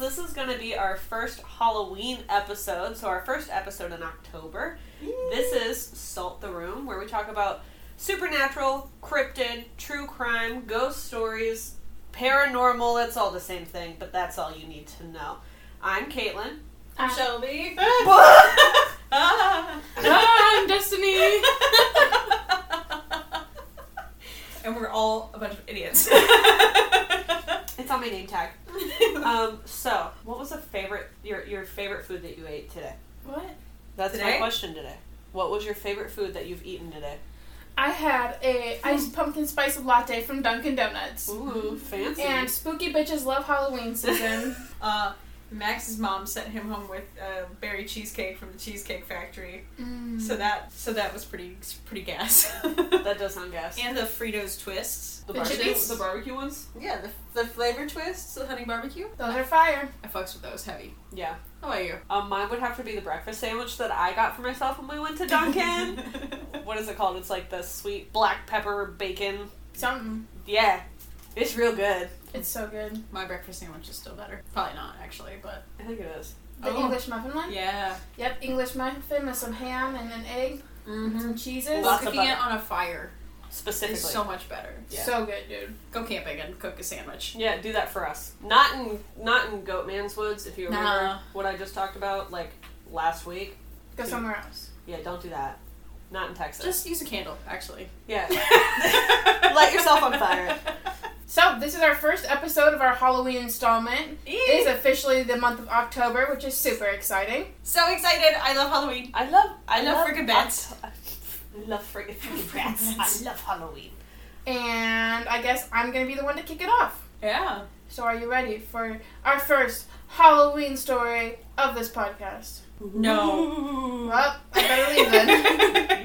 is going to be our first Halloween episode, so our first episode in October. This is Salt the Room, where we talk about supernatural, cryptid, true crime, ghost stories, paranormal. It's all the same thing, but that's all you need to know. I'm Caitlin. I'm Shelby. Ah, I'm Destiny. and we're all a bunch of idiots. it's on my name tag. Um, so, what was a favorite your your favorite food that you ate today? What? That's my Today? question today. What was your favorite food that you've eaten today? I had a iced pumpkin spice latte from Dunkin' Donuts. Ooh, fancy. And spooky bitches love Halloween season. uh, Max's mom sent him home with uh, berry cheesecake from the Cheesecake Factory. Mm. So that so that was pretty pretty gas. that does sound gas. and the Fritos twists. the, The barbecue, chickens? the barbecue ones? Yeah, the, the flavor twists, the honey barbecue. Those are fire. I fucks with those heavy. Yeah. How about you? Um, mine would have to be the breakfast sandwich that I got for myself when we went to Dunkin'. what is it called? It's like the sweet black pepper bacon. Something. Yeah, it's real good. It's so good. My breakfast sandwich is still better. Probably not actually, but I think it is. The Oh. English muffin one? yeah. Yep, English muffin with some ham and an egg and some cheeses. Lots of Cooking it butter. on a fire Specifically. is so much better. Yeah. So good, dude. Go camping and cook a sandwich. Yeah, do that for us. Not in not in Goatman's Woods, if you remember Nah. what I just talked about, like last week. Go somewhere else. Yeah, don't do that. Not in Texas. Just use a candle, actually. yeah. Light yourself on fire. So this is our first episode of our Halloween installment. It is officially the month of October, which is super exciting. so excited! I love Halloween. I love I I love love friggin' bats. I love friggin' friggin' Friggin' bats. bats. I love Halloween. And I guess I'm gonna be the one to kick it off. Yeah. So are you ready for our first Halloween story of this podcast? No. Well, I better leave then.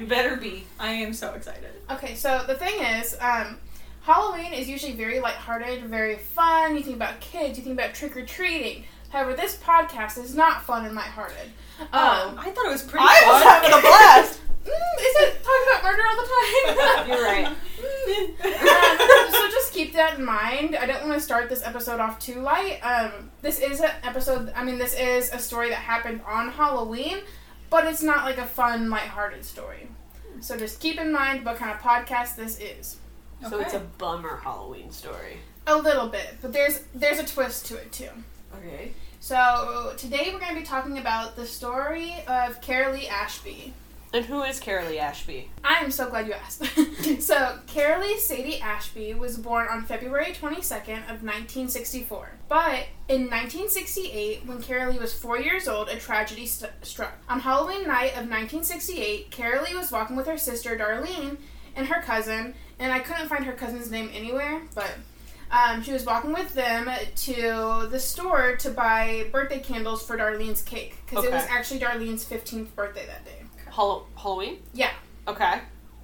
You better be. I am so excited. okay, so the thing is, um, Halloween is usually very lighthearted, very fun. You think about kids, you think about trick or treating. However, this podcast is not fun and lighthearted. Oh. Um, I thought it was pretty. I was fun. having a blast. mm, is it talking about murder all the time? You're right. Um, so just keep that in mind. I don't want to start this episode off too light. Um, this is an episode. I mean, this is a story that happened on Halloween, but it's not like a fun, lighthearted story. So just keep in mind what kind of podcast this is. So it's a bummer Halloween story. A little bit, but there's there's a twist to it too. Okay. So today we're going to be talking about the story of Carolee Ashby. And who is Carolee Ashby? I am so glad you asked. so, Carolee Sadie Ashby was born on February 22nd of 1964. But in 1968, when Carolee was four years old, a tragedy st- struck. On Halloween night of 1968, Carolee was walking with her sister Darlene and her cousin, and I couldn't find her cousin's name anywhere, but um, she was walking with them to the store to buy birthday candles for Darlene's cake because it was Okay. actually Darlene's 15th birthday that day. Hall- Halloween? Yeah. Okay.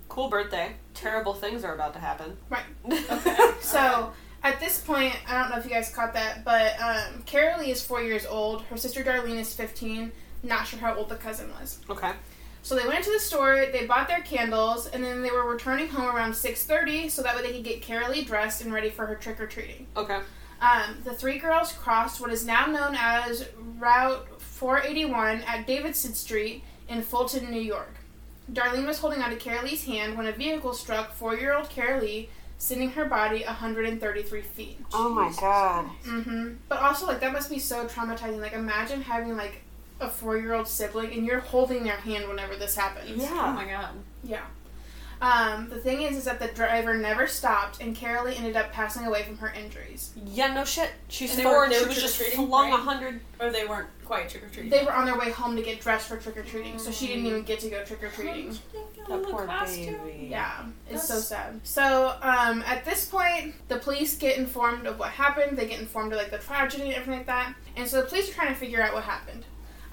Cool birthday. Terrible things are about to happen. Right. Okay. So at this point, I don't know if you guys caught that, but um, Carolee is four years old. Her sister Darlene is 15. Not sure how old the cousin was. okay. So they went to the store, they bought their candles, and then they were returning home around 6.30 so that way they could get Carolee dressed and ready for her trick-or-treating. Okay. Um, the three girls crossed what is now known as Route 481 at Davidson Street in Fulton, New York. Darlene was holding onto Carolee's hand when a vehicle struck four-year-old Carolee, sending her body 133 feet. Oh my god. hmm But also, like, that must be so traumatizing. Like, imagine having, like, a four year old sibling and you're holding their hand whenever this happens. Yeah. Oh my god. Yeah. Um, the thing is, is that the driver never stopped and Carolee ended up passing away from her injuries. Yeah, no shit. She's And they four were- and they she were was just trick-or-treating, flung a right? hundred. Or they weren't quite trick or treating. They were on their way home to get dressed for trick or treating, so she didn't even get to go trick or treating. Oh, That poor baby. Yeah, it's so That's- sad. So, um, at this point, the police get informed of what happened. They get informed of like the tragedy and everything like that. And so the police are trying to figure out what happened.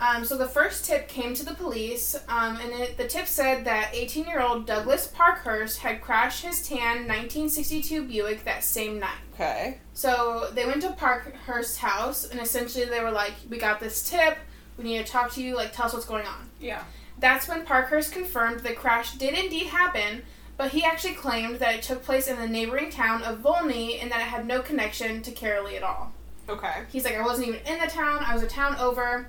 Um, so the first tip came to the police, um, and it, the tip said that 18-year-old Douglas Parkhurst had crashed his tan 1962 Buick that same night. Okay. So they went to Parkhurst's house, and essentially they were like, "We got this tip. We need to talk to you. Like, tell us what's going on." Yeah. That's when Parkhurst confirmed the crash did indeed happen, but he actually claimed that it took place in the neighboring town of Volney and that it had no connection to Carolee at all. Okay. He's like, I wasn't even in the town. I was a town over.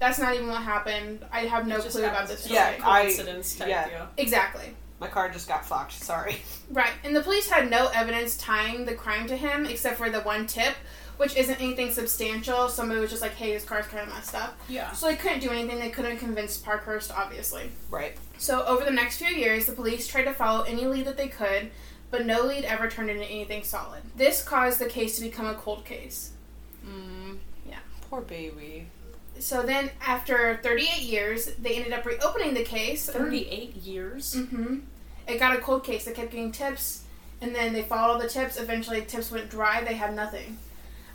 That's not even what happened. I have no It just clue about happens. this It's story. Yeah, just oh. a I- coincidence type yeah. deal. Exactly. My car just got fucked. Sorry. Right. And the police had no evidence tying the crime to him except for the one tip, which isn't anything substantial. Somebody was just like, hey, this car's kind of messed up. Yeah. So they couldn't do anything. They couldn't convince Parkhurst, obviously. Right. So over the next few years, the police tried to follow any lead that they could, but no lead ever turned into anything solid. This caused the case to become a cold case. Mm. Yeah. Poor baby. So then, after 38 years, they ended up reopening the case. Thirty-eight Mm. years. Mm-hmm. It got a cold case. They kept getting tips, and then they followed the tips. Eventually, tips went dry. They had nothing.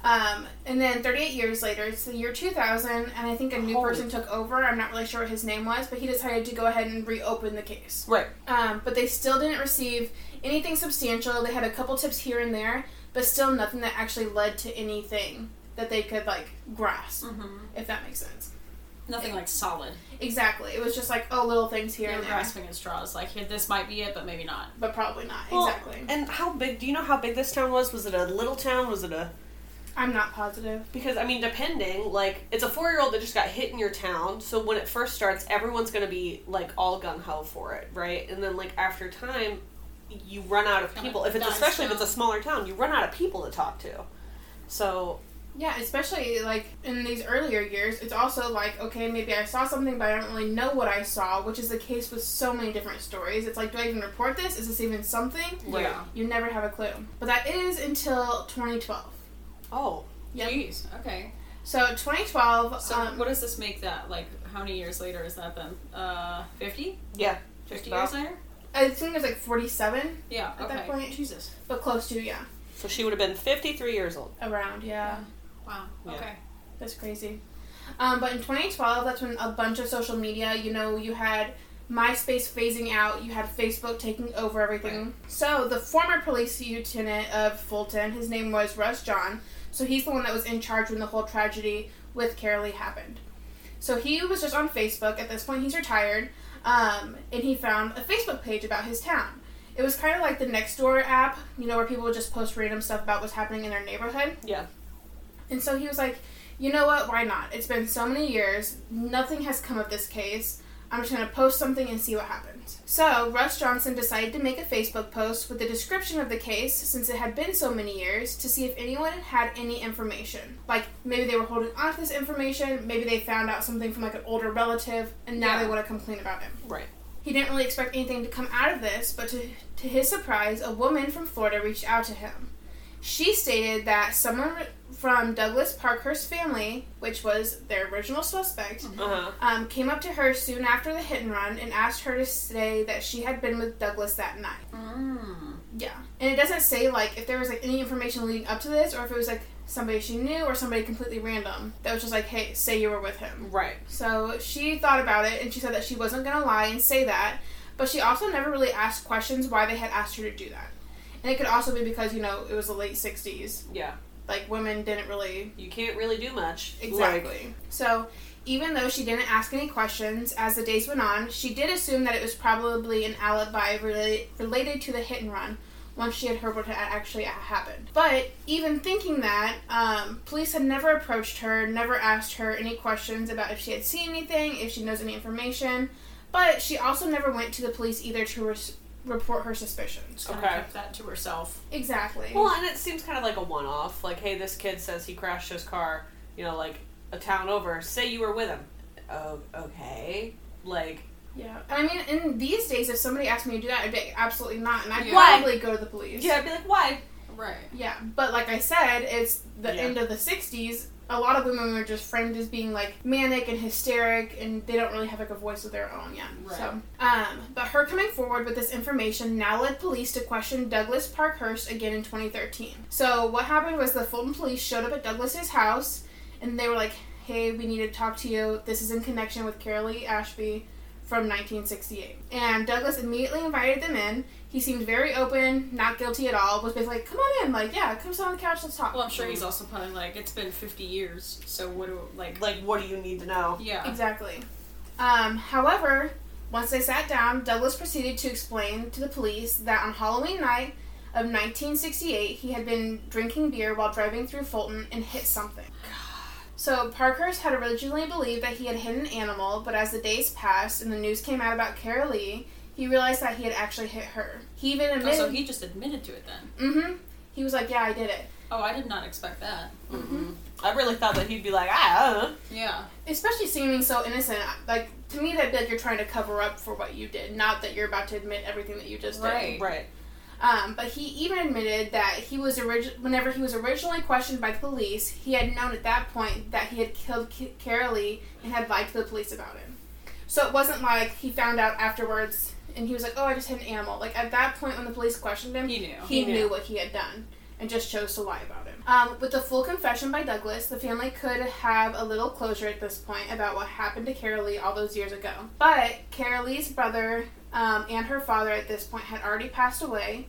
Um, and then 38 years later, it's the year 2000, and I think a new Holy- person took over. I'm not really sure what his name was, but he decided to go ahead and reopen the case. Right. Um, but they still didn't receive anything substantial. They had a couple tips here and there, but still nothing that actually led to anything that they could like grasp, Mm-hmm. if that makes sense. Nothing like solid. Exactly. It was just like oh, little things here You're and there, grasping at straws. Like here, this might be it, but maybe not. but probably not Well, exactly. And how big? Do you know how big this town was? Was it a little town? Was it a? I'm not positive. Because I mean, depending, like it's a four-year-old that just got hit in your town. So when it first starts, everyone's gonna be like all gung ho for it, right? And then like after time, you run out of Kinda people. If it's dies especially if down. it's a smaller town, you run out of people to talk to. So Yeah, especially like in these earlier years, it's also like, okay, maybe I saw something, but I don't really know what I saw, which is the case with so many different stories. It's like, do I even report this? Is this even something? Right. You never have a clue. But that is until 2012. oh, Yep. Jeez. Okay. So 2012. So um, what does this make that? Like how many years later is that then? Uh, 50? yeah, 50 about. years later? I think there's like 47, Yeah. At okay. that point- Jesus. but close to yeah, So she would have been fifty-three years old. around yeah. Wow. Yeah. Okay. That's crazy. Um, but in 2012, that's when a bunch of social media, you know, you had MySpace phasing out, you had Facebook taking over everything. So the former police lieutenant of Fulton, his name was Russ John, so he's the one that was in charge when the whole tragedy with Carolee happened. So he was just on Facebook. At this point, he's retired, um, and he found a Facebook page about his town. It was kind of like the Nextdoor app, you know, where people would just post random stuff about what's happening in their neighborhood. Yeah. And so he was like, you know what? Why not? It's been so many years. Nothing has come of this case. I'm just going to post something and see what happens. So, Russ Johnson decided to make a Facebook post with the description of the case since it had been so many years to see if anyone had any information. Like, maybe they were holding on to this information, maybe they found out something from like an older relative, and now Yeah. they want to come clean about him. Right. He didn't really expect anything to come out of this, but to, to his surprise, a woman from Florida reached out to him. She stated that someone from Douglas Parkhurst's family, which was their original suspect, Mm-hmm. Uh huh. um, came up to her soon after the hit and run and asked her to say that she had been with Douglas that night. Mm. Yeah. And it doesn't say like if there was like any information leading up to this or if it was like somebody she knew or somebody completely random that was just like, hey, say you were with him. Right. So she thought about it and she said that she wasn't going to lie and say that, but she also never really asked questions why they had asked her to do that. And it could also be because, you know, it was the late 60s. Yeah. Like, women didn't really. You can't really do much. Exactly. Like, So, even though she didn't ask any questions as the days went on, she did assume that it was probably an alibi rela- related to the hit and run once she had heard what had actually happened. But even thinking that, um, police had never approached her, never asked her any questions about if she had seen anything, if she knows any information. But she also never went to the police either to res- report her suspicions. Kind Okay. of kept that to herself. Exactly. Well, and it seems kind of like a one off. Like, hey, this kid says he crashed his car, you know, like a town over. Say you were with him. Oh, okay. Like, yeah. I mean, in these days, if somebody asked me to do that, I'd be like, absolutely not, and I'd Yeah. probably go to the police. yeah, I'd be like, why? Right. Yeah, but like I said, it's the Yeah. end of the 60s. A lot of women were just framed as being like manic and hysteric, and they don't really have like a voice of their own yet. So, um, but her coming forward with this information now led police to question Douglas Parkhurst again in 2013. So, what happened was the Fulton police showed up at Douglas's house, and they were like, "Hey, we need to talk to you. This is in connection with Carolee Ashby." From 1968. And Douglas immediately invited them in. He seemed very open, not guilty at all, was basically like, come on in, like, yeah, come sit on the couch, let's talk. Well, I'm sure he's also probably like, it's been 50 years, so what do, like, Like, what do you need to know? yeah. Exactly. Um, however, once they sat down, Douglas proceeded to explain to the police that on Halloween night, of 1968, he had been drinking beer while driving through Fulton and hit something. So, Parkhurst had originally believed that he had hit an animal, but as the days passed and the news came out about Carol Lee, he realized that he had actually hit her. He even Oh, admitted. so he just admitted to it then. mm-hmm. He was like, Yeah, I did it. Oh, I did not expect that. Mm-hmm. I really thought that he'd be like, ah, I don't know. Yeah. Especially seeming so innocent. Like, to me, that'd be like you're trying to cover up for what you did, not that you're about to admit everything that you just did. Right. Right. Um, but he even admitted that he was origi- whenever he was originally questioned by the police, he had known at that point that he had killed K- Carolee and had lied to the police about it. So it wasn't like he found out afterwards and he was like, "Oh, I just hit an animal." Like at that point when the police questioned him, He knew. he, He knew. knew what he had done and just chose to lie about it. Um, with the full confession by Douglas, the family could have a little closure at this point about what happened to Carolee all those years ago. But Carolee's brother um, and her father at this point had already passed away,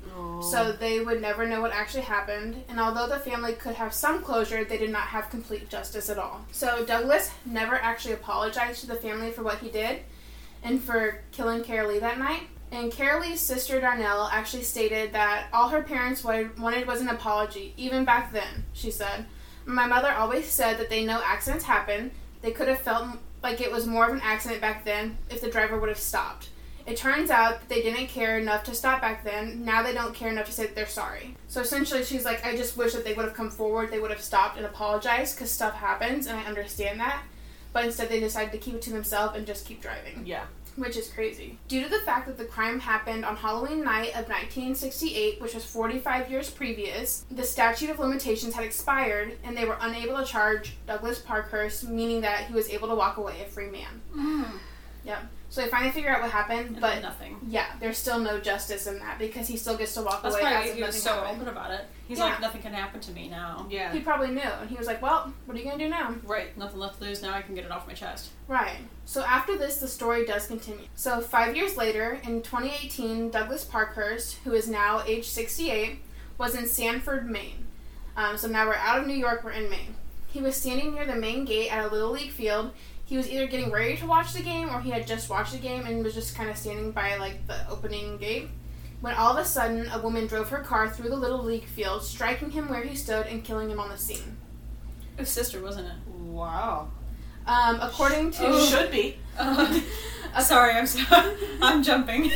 so they would never know what actually happened. And although the family could have some closure, they did not have complete justice at all. So Douglas never actually apologized to the family for what he did and for killing Carolee that night. And Carolee's sister Darnell actually stated that all her parents wanted, wanted was an apology, even back then, she said. My mother always said that they know accidents happen. They could have felt like it was more of an accident back then if the driver would have stopped. It turns out that they didn't care enough to stop back then. Now they don't care enough to say that they're sorry. So essentially, she's like, I just wish that they would have come forward, they would have stopped and apologized because stuff happens, and I understand that. But instead, they decided to keep it to themselves and just keep driving yeah. which is crazy. Due to the fact that the crime happened on Halloween night of 1968, which was 45 years previous, the statute of limitations had expired and they were unable to charge Douglas Parkhurst, meaning that he was able to walk away a free man. So they finally figure out what happened, And but nothing. yeah, there's still no justice in that because he still gets to walk That's away probably as why if he was nothing so happened. open about it. He's Yeah. like, nothing can happen to me now. Yeah. He probably knew, and he was like, "Well, what are you gonna do now?" Right. Nothing left to lose. Now I can get it off my chest. Right. So after this, the story does continue. So five years later, in 2018, Douglas Parkhurst, who is now age 68, was in Sanford, Maine. Um, so now we're out of New York, we're in Maine. He was standing near the main gate at a Little League field. He was either getting ready to watch the game or he had just watched the game and was just kind of standing by like the opening gate. When all of a sudden, a woman drove her car through the Little League field, striking him where he stood and killing him on the scene. It was sister, wasn't it? Wow. Um, according to. Oh. Should be. Uh, sorry, I'm sorry. I'm jumping.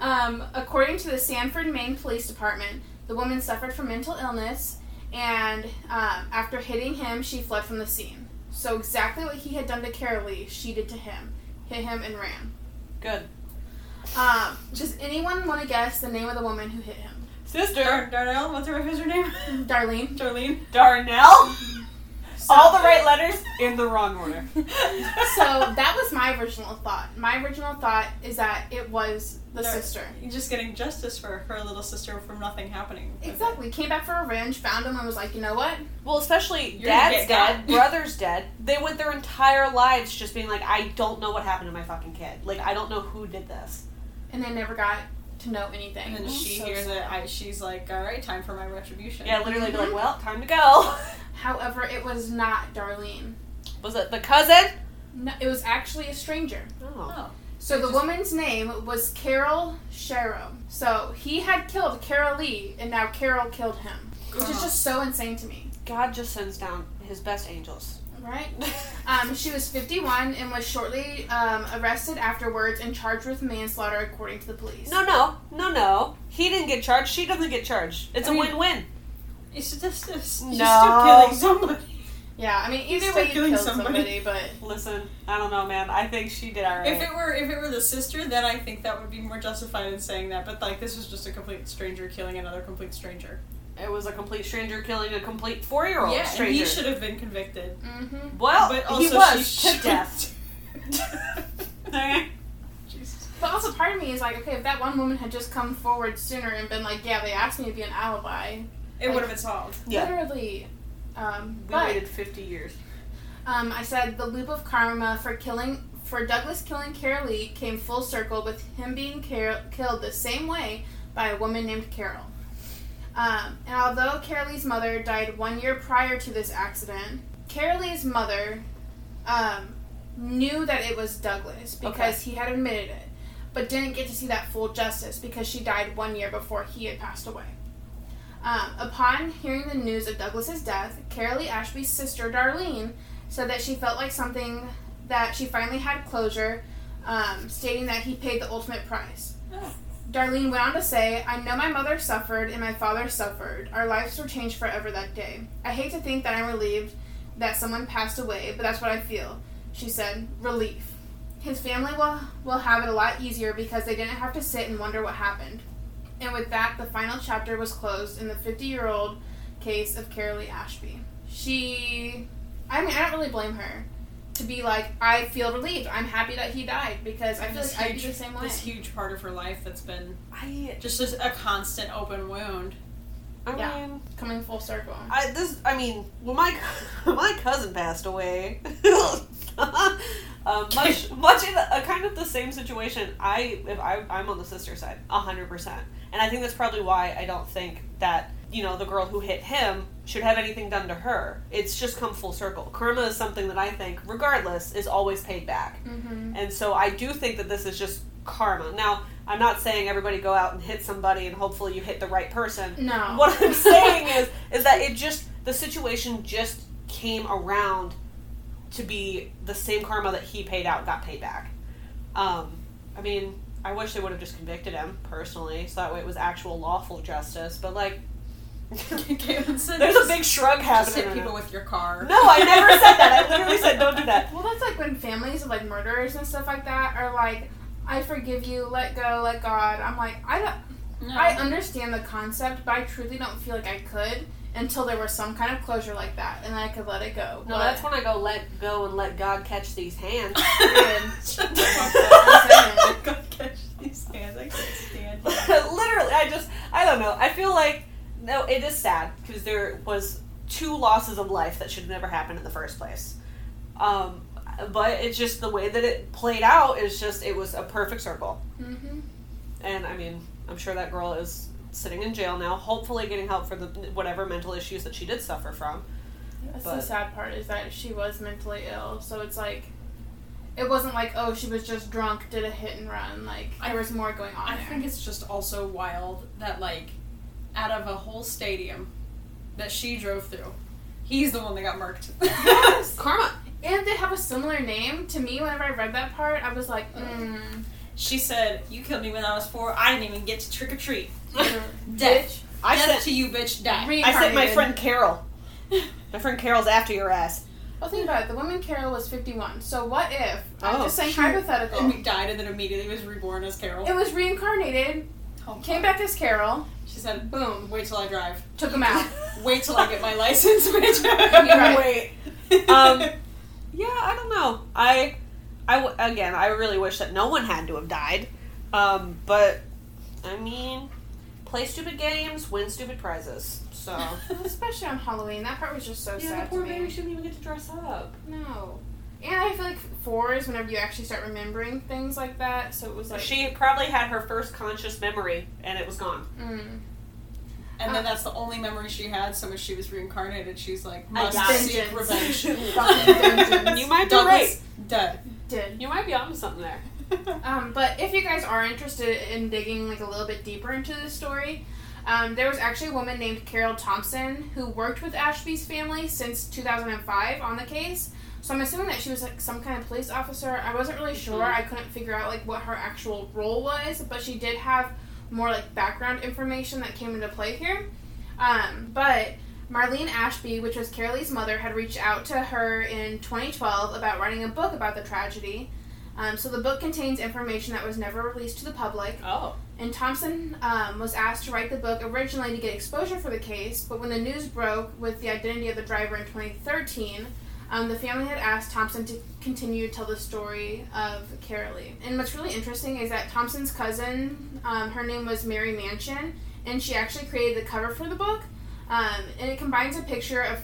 Um, according to the Sanford, Maine Police Department, the woman suffered from mental illness, and um, after hitting him, she fled from the scene. So exactly what he had done to Carolee, she did to him. Hit him and ran. Good. Um, does anyone want to guess the name of the woman who hit him? Sister Dar- Darnell, what's her what's her name? Darlene. Darlene. Darnell. All the So- right letters in the wrong order. So that was my original thought. My original thought is that it was the Dar- sister. You're just getting justice for her little sister from nothing happening. Exactly. Came back for revenge, found him, and was like, you know what? Well, especially You're gonna dad's get dead, got. brother's dead. They went their entire lives just being like, I don't know what happened to my fucking kid. Like, I don't know who did this. And they never got to know anything. And then she So hears it. I, she's like, "All right, time for my retribution." Yeah, literally be like, Mm-hmm. well, time to go. However, it was not Darlene. Was it the cousin? No, it was actually a stranger. Oh. Oh. So the Just- woman's name was Carol Sharrow. So he had killed Carol Lee, and now Carol killed him, which is Uh-huh. Karma. just so insane to me, God just sends down his best angels. right? Um, she was 51 and was shortly um, arrested afterwards and charged with manslaughter, according to the police. No, no, no, no. He didn't get charged. She doesn't get charged. It's I a mean- win-win. It's just, it's just No. killing somebody. Yeah, I mean either Still way, you killing killed somebody, somebody. but Listen, I don't know, man. I think she did alright. If it were if it were the sister, then I think that would be more justified in saying that. But like, this was just a complete stranger killing another complete stranger. It was a complete stranger killing a complete four-year-old yeah, stranger. and he should have been convicted. hmm well, but he also was she to death. death. Jesus. But also, part of me is like, okay, if that one woman had just come forward sooner and been like, yeah, they asked me to be an alibi, It would have been solved. Yeah. literally. Um, We but waited 50 years. Um, I said the loop of karma for killing for Douglas killing Carol Lee came full circle with him being car- killed the same way by a woman named Carol. Um, and although Carol Lee's mother died one year prior to this accident, Carol Lee's mother um, knew that it was Douglas because he had admitted it. but didn't get to see that full justice because she died one year before he had passed away. Um, upon hearing the news of Douglas's death, Carolee Ashby's sister Darlene said that she felt like something that she finally had closure, um, stating that he paid the ultimate price. Oh. Darlene went on to say, I know my mother suffered and my father suffered. Our lives were changed forever that day. I hate to think that I'm relieved that someone passed away, but that's what I feel. She said, relief. His family will, will have it a lot easier because they didn't have to sit and wonder what happened. And with that, the final chapter was closed in the 50 year old case of Carolee Ashby. She. I mean, I don't really blame her to be like, I feel relieved. I'm happy that he died because I feel This like I'd be huge- the same way. This huge part of her life that's been I just a, a constant open wound. I Yeah. mean Coming full circle. I this I mean when my when my cousin passed away. Uh, much, much in a, kind of the same situation. I, if I, I'm on the sister side, hundred percent, and I think that's probably why I don't think that you know the girl who hit him should have anything done to her. It's just come full circle. Karma is something that I think, regardless, is always paid back. Mm-hmm. And so I do think that this is just karma. Now, I'm not saying everybody go out and hit somebody and hopefully you hit the right person. No. What I'm saying is is that it just the situation just came around to be the same karma that he paid out got paid back. Um, I mean, I wish they would have just convicted him personally, so that way it was actual lawful justice. But like, Caitlin said, there's a just- big shrug just happening. hit people with your car. no, I never said that. I literally said don't do that. Well, that's like when families of like murderers and stuff like that are like, I forgive you, let go, let God. I'm like, I don't, No. I understand the concept, but I truly don't feel like I could until there was some kind of closure like that, and I could let it go. No, that's when I go let go and let God catch these hands. Shut the fuck up. Literally, I'm gonna catch these hands. I can't stand it. I just, I don't know. I feel like, no, it is sad because there was two losses of life that should never happen in the first place. Um, but it's just the way that it played out is just, it was a perfect circle. hmm And I mean, I'm sure that girl is sitting in jail now, hopefully getting help for the whatever mental issues that she did suffer from. That's the But- sad part is that she was mentally ill, so it's like, it wasn't like oh she was just drunk, did a hit and run. Like there was more going on. I there. think it's just also wild that like out of a whole stadium that she drove through, he's the one that got murked. Karma. and they have a similar name to me. Whenever I read that part, I was Oh. like, mm, she said, "You killed me when I was four. I didn't even get to trick or treat. bitch, Death, I death sent, to you, bitch. Die." I sent my reincarnated." friend Carol. My friend Carol's after your ass. Well, think about it. The woman Carol was 51. So what if? I'm Oh, just saying shoot. And hypothetical. he died, and then immediately was reborn as Oh. Carol. It was reincarnated, Oh, came back as Carol, She said, boom, "Wait till I drive. took him out. Wait till I get my license, bitch. right. Wait." Um, Yeah, I don't know. I, I w- again, I really wish that no one had to have died. Um, but I mean, play stupid games, win stupid prizes. So Oh. Especially on Halloween. That part was just so sad to me. shouldn't even get to dress up. No. And I feel like four is whenever you actually start remembering things like that. So it was like, She probably had her first conscious memory, and it was gone. mm, And then that's the only memory she had. So when she was reincarnated, she's like, I must got seek vengeance. revenge. Fucking vengeance. You might be Douglas, right. Dead. did. You might be onto something there. Um, but if you guys are interested in digging like a little bit deeper into this story, um, there was actually a woman named Carol Thompson who worked with Ashby's family since 2005 on the case. So I'm assuming that she was like some kind of police officer. I wasn't really sure. I couldn't figure out like what her actual role was, but she did have more like background information that came into play here. Um, but Marlene Ashby, which was Carolee's mother, had reached out to her in 2012 about writing a book about the tragedy. Um, so the book contains information that was never released to the public. Oh, And Thompson um, was asked to write the book originally to get exposure for the case, but when the news broke with the identity of the driver in 2013, um, the family had asked Thompson to continue to tell the story of Carolee. And what's really interesting is that Thompson's cousin, um, her name was Mary Mansion, and she actually created the cover for the book. Um, and it combines a picture of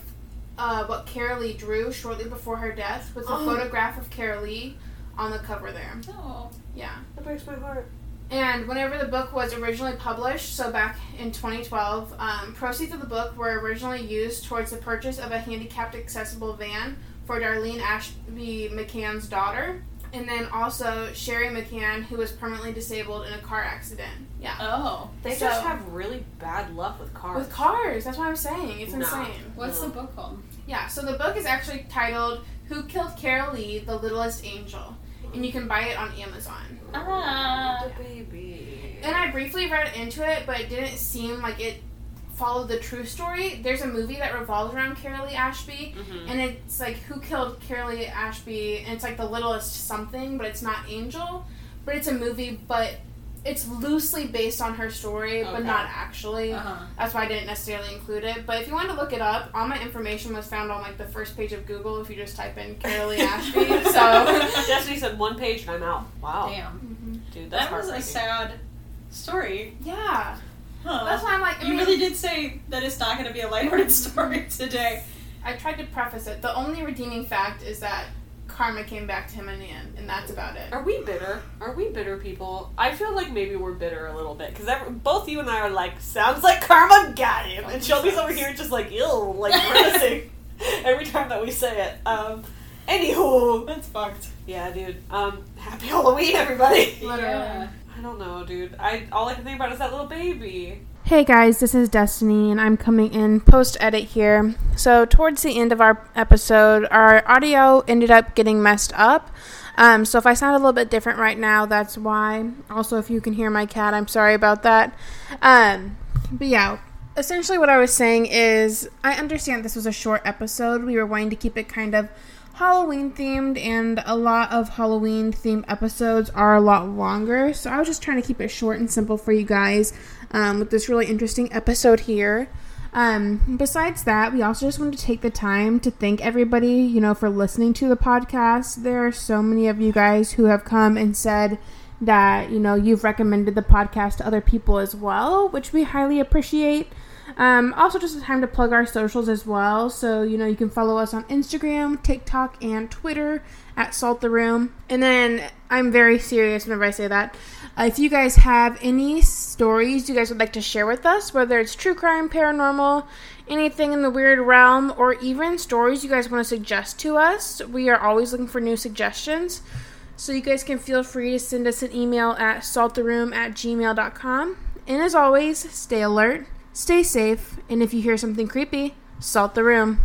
uh, what Carolee drew shortly before her death with a Oh. photograph of Carolee on the cover there. Oh. Yeah. that breaks my heart. And whenever the book was originally published, so back in 2012, um, proceeds of the book were originally used towards the purchase of a handicapped accessible van for Darlene Ashby McCann's daughter. And then also Sherry McCann, who was permanently disabled in a car accident. Yeah. Oh. They So- just have really bad luck with cars. With cars, that's what I'm saying. It's No. insane. What's No. the book called? Yeah, so the book is actually titled Who Killed Carol Lee, the Littlest Angel? And you can buy it on Amazon. Ah. The baby. And I briefly read into it, but it didn't seem like it followed the true story. There's a movie that revolves around Carol Lee Ashby, Mhm. and it's like Who Killed Carol Lee Ashby? And it's like the littlest something, but it's not Angel. But it's a movie, but it's loosely based on her story, but Okay. not actually. Uh-huh. That's why I didn't necessarily include it. But if you wanted to look it up, all my information was found on like the first page of Google if you just type in Carolee Ashby. So Destiny said one page and I'm out. Wow. Damn. Dude, oh, that's That was a heartbreaking. sad story. yeah, Huh. that's why I'm like. I you mean, really did say that it's not going to be a lighthearted story today. I tried to preface it. The only redeeming fact is that karma came back to him in the end, and that's about it. Are we bitter? Are we bitter people? I feel like maybe we're bitter a little bit because both you and I are like, sounds like karma got him, and Shelby's over here just like, ill, like grimacing every time that we say it. Um, anywho, That's fucked. yeah, dude. Um, happy Halloween, everybody. Literally. Yeah. I don't know, dude. I all I can think about is that little baby. Hey guys, this is Destiny, and I'm coming in post edit here. So, towards the end of our episode, our audio ended up getting messed up. Um, so, if I sound a little bit different right now, that's why. Also, if you can hear my cat, I'm sorry about that. Um, but yeah, essentially, what I was saying is I understand this was a short episode. We were wanting to keep it kind of Halloween themed, and a lot of Halloween themed episodes are a lot longer. So I was just trying to keep it short and simple for you guys um, with this really interesting episode here. Um, besides that, we also just wanted to take the time to thank everybody, you know, for listening to the podcast. There are so many of you guys who have come and said, that you know you've recommended the podcast to other people as well, which we highly appreciate. Um, also, just a time to plug our socials as well. So you know you can follow us on Instagram, TikTok, and Twitter at Salt the Room. And then I'm very serious whenever I say that. Uh, if you guys have any stories you guys would like to share with us, whether it's true crime, paranormal, anything in the weird realm, or even stories you guys want to suggest to us, we are always looking for new suggestions. So you guys can feel free to send us an email at salttheroom at gmail.com. And as always, stay alert, stay safe, and if you hear something creepy, salt the room.